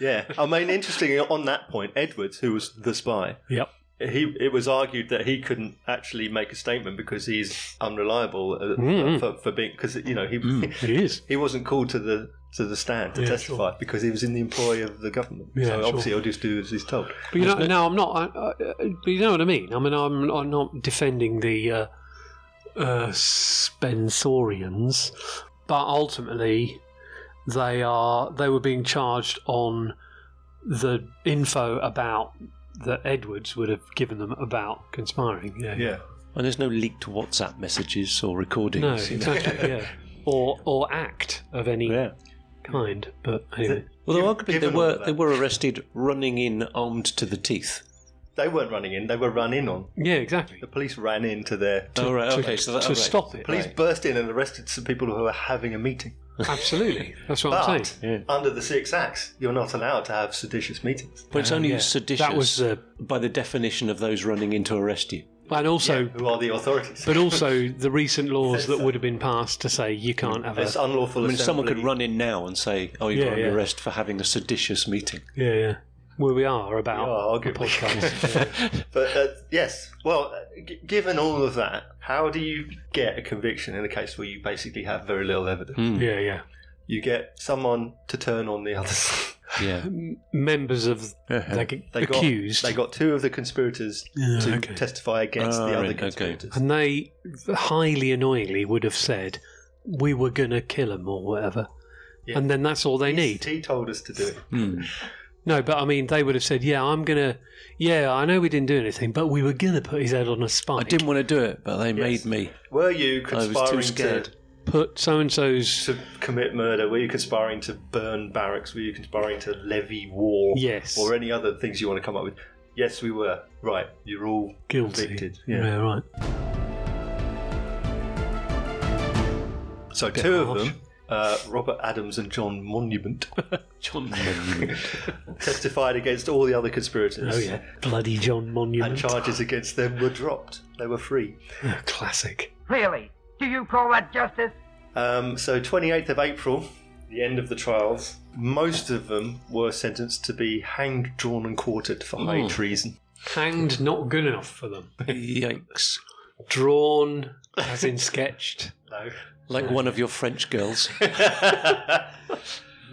Speaker 1: Yeah, I mean, interestingly, on that point, Edwards, who was the spy,
Speaker 2: Yep.
Speaker 1: he it was argued that he couldn't actually make a statement because he's unreliable uh,
Speaker 2: Mm.
Speaker 1: for, for being because you know he
Speaker 2: he is
Speaker 1: he wasn't called to the to the stand to
Speaker 2: Yeah,
Speaker 1: testify because he was in the employ of the government.
Speaker 2: Yeah,
Speaker 1: so
Speaker 2: sure.
Speaker 1: obviously he'll just do as he's told.
Speaker 2: But you know, no, I'm not. I, I, but you know what I mean. I mean, I'm, I'm not defending the uh, uh, Spensorians, but ultimately they are they were being charged on the info about that Edwards would have given them about conspiring. Yeah,
Speaker 3: And there's no leaked WhatsApp messages or recordings.
Speaker 2: No,
Speaker 3: you know.
Speaker 2: exactly. yeah, or or act of any kind. But anyway,
Speaker 3: Although arguably they
Speaker 2: given all
Speaker 3: were
Speaker 2: of that-
Speaker 3: they were arrested running in armed to the teeth.
Speaker 1: They weren't running in; they were run in on.
Speaker 2: Yeah, exactly.
Speaker 1: The police ran into their
Speaker 3: Oh, right, okay, so that- To right. stop it,
Speaker 1: Police
Speaker 3: right.
Speaker 1: burst in and arrested some people who were having a meeting.
Speaker 2: absolutely, that's what
Speaker 1: but
Speaker 2: I'm saying.
Speaker 1: under the Six Acts, you're not allowed to have seditious meetings.
Speaker 3: But it's only seditious by the definition of those running in to arrest you.
Speaker 2: And also,
Speaker 1: who are the authorities?
Speaker 2: but also the recent laws that would have been passed to say you can't have a
Speaker 3: I mean, someone could run in now and say, "Oh, you're
Speaker 2: Yeah,
Speaker 3: under
Speaker 2: yeah.
Speaker 3: arrest for having a seditious meeting."
Speaker 2: Yeah, yeah. Where we are about
Speaker 1: Oh,
Speaker 2: the podcast.
Speaker 1: But uh, yes, well, uh, g- given all of that, how do you get a conviction in a case where you basically have very little evidence?
Speaker 2: Hmm. Yeah, yeah.
Speaker 1: You get someone to turn on the others.
Speaker 3: Yeah.
Speaker 2: Members of the accused.
Speaker 1: Got, they got two of the conspirators
Speaker 2: Yeah,
Speaker 1: to
Speaker 2: okay.
Speaker 1: testify against the
Speaker 3: Ah,
Speaker 1: other
Speaker 3: right, okay.
Speaker 1: conspirators.
Speaker 2: and they highly annoyingly would have said, we were going to kill him or whatever.
Speaker 1: Yeah.
Speaker 2: And then that's all they need.
Speaker 1: He told us to do it.
Speaker 3: hmm.
Speaker 2: No, but I mean, they would have said, yeah, I'm going to, yeah, I know we didn't do anything, but we were going to put his head on a spike.
Speaker 3: I didn't want to do it, but they made me.
Speaker 1: Were you
Speaker 3: I was too
Speaker 1: conspiring
Speaker 3: scared.
Speaker 2: to put so and so's
Speaker 1: to commit murder? Were you conspiring to burn barracks? Were you conspiring to levy war?
Speaker 2: Yes.
Speaker 1: Or any other things you want to come up with? Yes, we were. Right, you're all
Speaker 2: Guilty.
Speaker 1: Convicted.
Speaker 2: Yeah. right.
Speaker 1: So two of them, uh, Robert Adams and John Monument,
Speaker 3: John
Speaker 1: testified against all the other conspirators.
Speaker 2: Oh, yeah. Bloody John Monument.
Speaker 1: And charges against them were dropped. They were free.
Speaker 2: Classic.
Speaker 16: Really? Do you call that justice?
Speaker 1: Um, so 28th of April, the end of the trials. Most of them were sentenced to be hanged, drawn, and quartered for high
Speaker 2: Mm.
Speaker 1: treason.
Speaker 2: Hanged, not good enough for them.
Speaker 3: Yikes!
Speaker 2: Drawn, as in sketched.
Speaker 1: No.
Speaker 3: Like one of your French girls.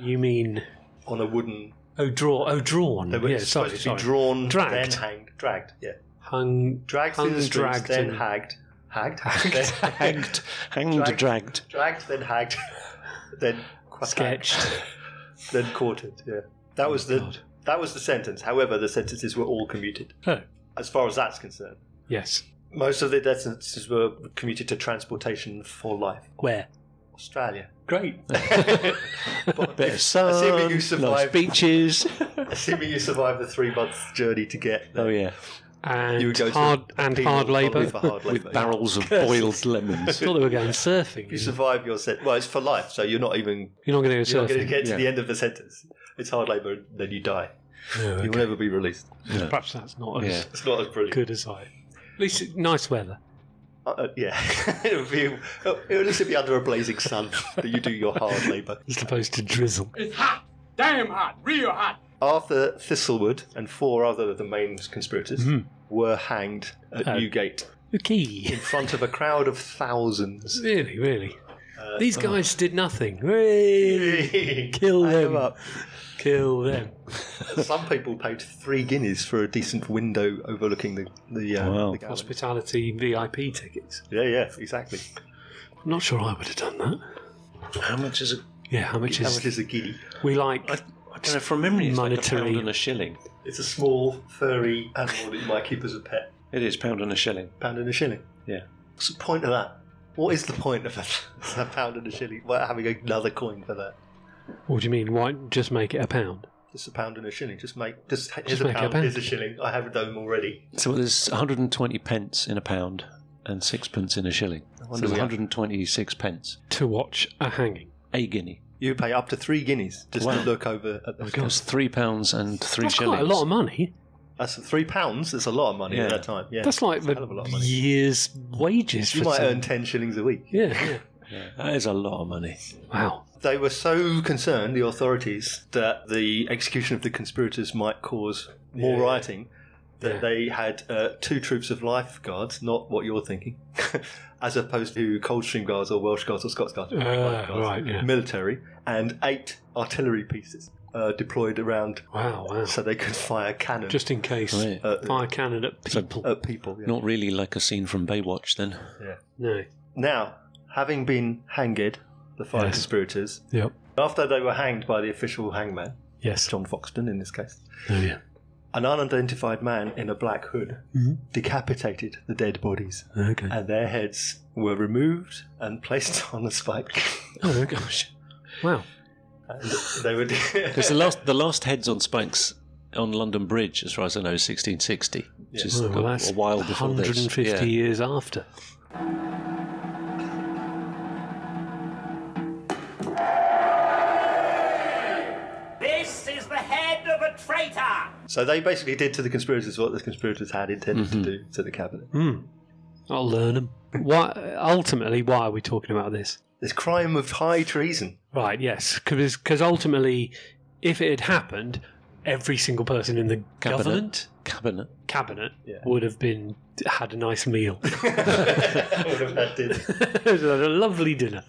Speaker 2: You mean
Speaker 1: on a wooden?
Speaker 2: Oh, draw. Oh, drawn.
Speaker 1: They were
Speaker 2: yeah,
Speaker 1: supposed
Speaker 2: sorry,
Speaker 1: to be
Speaker 2: sorry.
Speaker 1: drawn,
Speaker 2: dragged,
Speaker 1: then hanged, dragged. Yeah,
Speaker 2: hung,
Speaker 1: dragged
Speaker 2: hung,
Speaker 1: through the streets,
Speaker 2: dragged,
Speaker 1: then
Speaker 2: and-
Speaker 1: hagged, hagged, hagged,
Speaker 3: hagged, hanged,
Speaker 1: dragged,
Speaker 3: dragged.
Speaker 1: dragged, then hagged, then sketched, then quartered. Yeah,
Speaker 2: Oh,
Speaker 1: that was the that was the sentence. However, the sentences were all commuted.
Speaker 2: Oh.
Speaker 1: As far as that's concerned,
Speaker 2: Yes.
Speaker 1: most of the death sentences were commuted to transportation for life.
Speaker 2: Where?
Speaker 1: Australia.
Speaker 3: Great.
Speaker 1: But
Speaker 3: Bit of
Speaker 1: if-
Speaker 3: sun,
Speaker 1: assuming you
Speaker 3: nice
Speaker 1: survive
Speaker 3: beaches.
Speaker 1: assuming you survive the three months journey to get there.
Speaker 3: Oh yeah.
Speaker 2: And
Speaker 1: You would go to
Speaker 2: hard
Speaker 1: a
Speaker 2: and
Speaker 1: penal
Speaker 2: hard labour
Speaker 1: colony for hard labour, yeah.
Speaker 3: boiled
Speaker 2: I
Speaker 3: lemons.
Speaker 2: thought they were going surfing.
Speaker 1: If you survive your sentence, well, it's for life, so you're not even
Speaker 2: You're not going to go
Speaker 1: you're not going to
Speaker 2: surfing.
Speaker 1: get to
Speaker 2: Yeah.
Speaker 1: the end of the sentence. It's hard labour, then you die.
Speaker 2: okay.
Speaker 1: You'll never be released.
Speaker 2: Perhaps that's not
Speaker 1: Yeah.
Speaker 2: as
Speaker 1: It's not as brilliant.
Speaker 2: good as I. At least it- nice weather.
Speaker 1: Uh, uh, yeah, it would be. It would just be under a blazing sun that you do your hard labour.
Speaker 2: As opposed to drizzle.
Speaker 17: It's hot. Damn hot. Real hot.
Speaker 1: Arthur Thistlewood and four other of the main conspirators
Speaker 2: Mm-hmm.
Speaker 1: were hanged at
Speaker 2: Oh.
Speaker 1: Newgate.
Speaker 2: Okay. In
Speaker 1: front of a crowd of thousands.
Speaker 2: Really, really.
Speaker 1: Uh,
Speaker 2: These
Speaker 1: oh.
Speaker 2: guys did nothing. Hey, Kill them. Kill them.
Speaker 1: Some people paid three guineas for a decent window overlooking the the, uh, the gallery.
Speaker 2: Hospitality VIP tickets.
Speaker 1: Yeah, yeah, exactly.
Speaker 2: I'm not sure I would have done that.
Speaker 3: How much is a
Speaker 2: Yeah, how much
Speaker 1: How
Speaker 2: is
Speaker 1: much is a guinea?
Speaker 2: we like?
Speaker 3: I don't know. From memory, it's
Speaker 2: monetary.
Speaker 3: like a pound and a shilling.
Speaker 1: It's a small furry animal that you might keep as a pet.
Speaker 3: It is pound and a shilling.
Speaker 1: Pound and a shilling.
Speaker 3: Yeah.
Speaker 1: What's the point of that? What is the point of a, a pound and a shilling? Well, having another coin for that.
Speaker 2: What do you mean? Why just make it a pound?
Speaker 1: Just a pound and a shilling. Just make. Just, here's
Speaker 2: make
Speaker 1: a
Speaker 2: it a
Speaker 1: pound.
Speaker 2: pound.
Speaker 1: Here's a shilling. I have them already.
Speaker 3: So there's 120 pence in a pound and sixpence in a shilling.
Speaker 1: I
Speaker 3: So
Speaker 1: wonder
Speaker 3: there's
Speaker 1: we have-
Speaker 3: 126 pence.
Speaker 2: To watch a hanging.
Speaker 3: A guinea.
Speaker 1: You pay up to three guineas just
Speaker 3: Wow.
Speaker 1: to look over at the.
Speaker 3: That's three pounds and three
Speaker 2: That's
Speaker 3: shillings.
Speaker 2: quite a lot of money.
Speaker 1: That's three pounds. That's a lot of money
Speaker 3: Yeah.
Speaker 1: at that time. Yeah,
Speaker 2: That's like
Speaker 1: It's a
Speaker 2: the
Speaker 1: hell of a lot of money.
Speaker 2: year's wages.
Speaker 1: You
Speaker 2: for
Speaker 1: might
Speaker 2: some-
Speaker 1: earn ten shillings a week.
Speaker 2: Yeah, yeah.
Speaker 3: Yeah, that is a lot of money.
Speaker 2: Wow.
Speaker 1: They were so concerned, the authorities, that the execution of the conspirators might cause more
Speaker 2: Yeah.
Speaker 1: rioting that they had uh, two troops of lifeguards, not what you're thinking, as opposed to Coldstream guards or Welsh guards or Scots guards,
Speaker 2: Ah,
Speaker 1: lifeguards,
Speaker 2: right, yeah.
Speaker 1: military, and eight artillery pieces. uh, deployed around.
Speaker 2: Wow, wow.
Speaker 1: So oh, they could fire cannon.
Speaker 2: Just in case.
Speaker 3: Right.
Speaker 2: Fire cannon at people.
Speaker 1: at people, yeah.
Speaker 3: Not really like a scene from Baywatch, then.
Speaker 1: Yeah.
Speaker 2: No.
Speaker 1: Now, having been hanged, the five
Speaker 2: Yes.
Speaker 1: conspirators,
Speaker 2: Yep.
Speaker 1: after they were hanged by the official hangman,
Speaker 2: Yes.
Speaker 1: John Foxton in this case,
Speaker 2: Oh, yeah.
Speaker 1: an unidentified man in a black hood
Speaker 2: Mhm.
Speaker 1: decapitated the dead bodies,
Speaker 2: Okay.
Speaker 1: and their heads were removed and placed on a spike.
Speaker 2: Oh, my gosh. Wow.
Speaker 1: And they were.
Speaker 3: Because the last the last heads on Spikes on London Bridge, as far as I know, is 1660, which is
Speaker 2: Oh, well,
Speaker 3: a-
Speaker 2: that's
Speaker 3: a while before this.
Speaker 2: 150
Speaker 3: Yeah.
Speaker 2: years after.
Speaker 18: This is the head of a traitor!
Speaker 1: So they basically did to the conspirators what the conspirators had intended
Speaker 2: Mm-hmm.
Speaker 1: to do to the cabinet.
Speaker 2: Hmm. I'll learn them. Why, ultimately, why are we talking about this?
Speaker 1: This crime of high treason.
Speaker 2: Right, yes. Because ultimately, if it had happened, every single person in the
Speaker 3: Cabinet.
Speaker 2: government
Speaker 3: Cabinet.
Speaker 2: cabinet would have been had a nice meal.
Speaker 1: would have had dinner.
Speaker 2: Would have had a lovely dinner.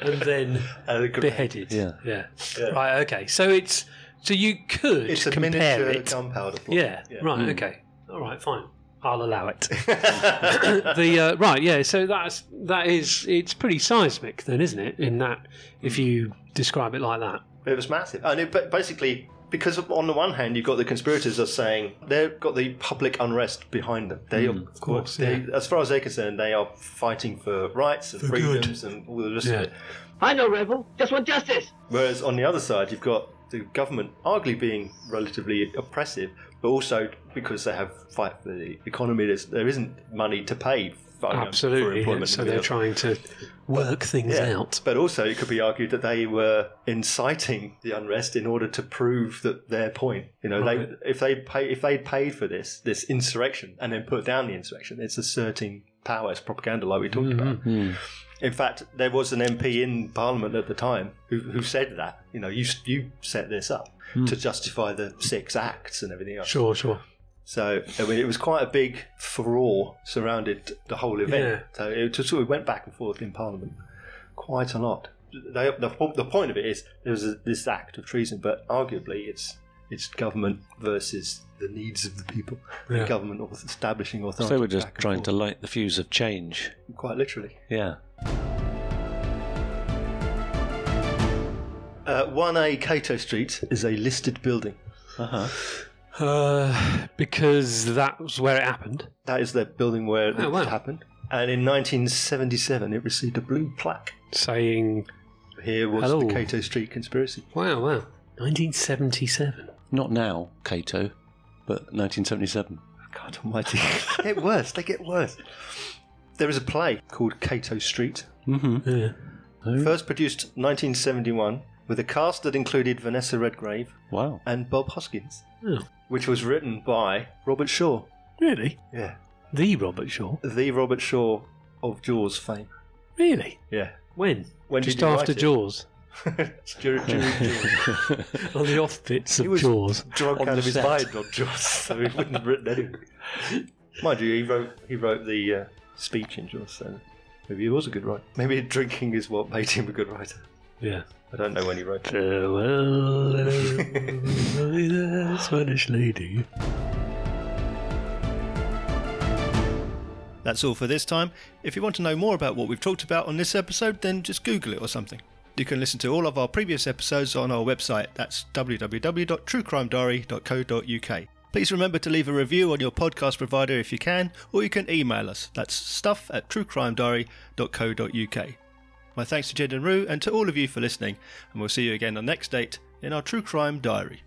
Speaker 2: and then
Speaker 1: uh,
Speaker 2: beheaded.
Speaker 3: Yeah.
Speaker 2: yeah. Right, okay. So it's so you could
Speaker 1: It's a
Speaker 2: compare
Speaker 1: miniature
Speaker 2: it.
Speaker 1: gunpowder plot.
Speaker 2: Yeah.
Speaker 1: Yeah.
Speaker 2: Right,
Speaker 1: Mm.
Speaker 2: okay. All right, fine. I'll allow it. the uh, right, yeah. So that's that is it's pretty seismic, then, isn't it? In that, if you describe it like that,
Speaker 1: It was massive. And it ba- basically, because on the one hand, you've got the conspirators are saying they've got the public unrest behind them. They,
Speaker 2: Mm,
Speaker 1: are,
Speaker 2: of course,
Speaker 1: they-
Speaker 2: yeah.
Speaker 1: as far as they're concerned, they are fighting for rights and
Speaker 2: For good.
Speaker 1: freedoms and all the rest
Speaker 2: Yeah.
Speaker 1: of it.
Speaker 18: I'm no rebel, just want justice!
Speaker 1: Whereas on the other side, you've got the government arguably being relatively oppressive, but also because they have fight for the economy, there's, there isn't money to pay for, for
Speaker 2: absolutely.
Speaker 1: employment.
Speaker 2: yeah. So
Speaker 1: and
Speaker 2: they're
Speaker 1: everything else.
Speaker 2: trying to work things
Speaker 1: Yeah.
Speaker 2: out.
Speaker 1: But also, it could be argued that they were inciting the unrest in order to prove that their point. You know,
Speaker 2: Right.
Speaker 1: they if they pay if they paid for this this insurrection and then put down the insurrection, it's asserting power, it's propaganda, like we talked about.
Speaker 2: Mm-hmm.
Speaker 1: In fact, there was an MP in Parliament at the time who, who said that. You know, you you set this up
Speaker 2: Mm.
Speaker 1: to justify the six acts and everything else.
Speaker 2: Sure, sure.
Speaker 1: So I mean, it was quite a big furore surrounded the whole event.
Speaker 2: Yeah.
Speaker 1: So it just sort of went back and forth in Parliament quite a lot. They, the, po- the point of it is there was a, this act of treason, but arguably it's it's government versus the needs of the people,
Speaker 3: Yeah.
Speaker 1: the government auth- establishing
Speaker 3: So
Speaker 1: authority.
Speaker 3: they were just
Speaker 1: back and
Speaker 3: trying to
Speaker 1: forth.
Speaker 3: light the fuse of change.
Speaker 1: quite literally.
Speaker 3: Yeah.
Speaker 1: Uh, 1A Cato Street is a listed building.
Speaker 3: Uh-huh.
Speaker 2: Uh, because that was where it happened.
Speaker 1: That is the building where
Speaker 2: Oh,
Speaker 1: it
Speaker 2: wow.
Speaker 1: happened. And in 1977, it received a blue plaque.
Speaker 2: Saying,
Speaker 1: Here was
Speaker 2: Hello.
Speaker 1: the Cato Street conspiracy.
Speaker 2: "Wow, wow, 1977."
Speaker 3: Not now, Cato, but 1977.
Speaker 1: God almighty. They get worse. They get worse. There is a play called Cato Street.
Speaker 3: Mm-hmm.
Speaker 2: Yeah.
Speaker 1: First produced 1971 with a cast that included Vanessa Redgrave
Speaker 3: Wow.
Speaker 1: and Bob Hoskins,
Speaker 2: Oh,
Speaker 1: which was written by Robert Shaw.
Speaker 2: really?
Speaker 1: Yeah.
Speaker 2: The Robert Shaw?
Speaker 1: The Robert Shaw of Jaws fame.
Speaker 2: Really?
Speaker 1: Yeah.
Speaker 2: When?
Speaker 1: When
Speaker 2: Just
Speaker 1: did you
Speaker 2: after
Speaker 1: write it?
Speaker 2: Jaws.
Speaker 1: It's during, during Jaws.
Speaker 2: On the off bits
Speaker 1: He
Speaker 2: of
Speaker 1: was
Speaker 2: Jaws.
Speaker 1: drunk
Speaker 2: On
Speaker 1: out
Speaker 2: the
Speaker 1: of his
Speaker 2: set.
Speaker 1: mind on Jaws, so he wouldn't have written anything. Mind you, he wrote he wrote the uh, speech in Jaws, so maybe he was a good writer. Maybe drinking is what made him a good writer.
Speaker 2: Yeah.
Speaker 1: I don't know when he wrote it.
Speaker 2: Farewell, Spanish lady.
Speaker 1: That's all for this time. If you want to know more about what we've talked about on this episode, then just Google it or something. You can listen to all of our previous episodes on our website. That's www.truecrimediary.co.uk. Please remember to leave a review on your podcast provider if you can, or you can email us. That's stuff at truecrimediary.co.uk. My thanks to Jed and Rue and to all of you for listening, and we'll see you again on next date in our True Crime Diary.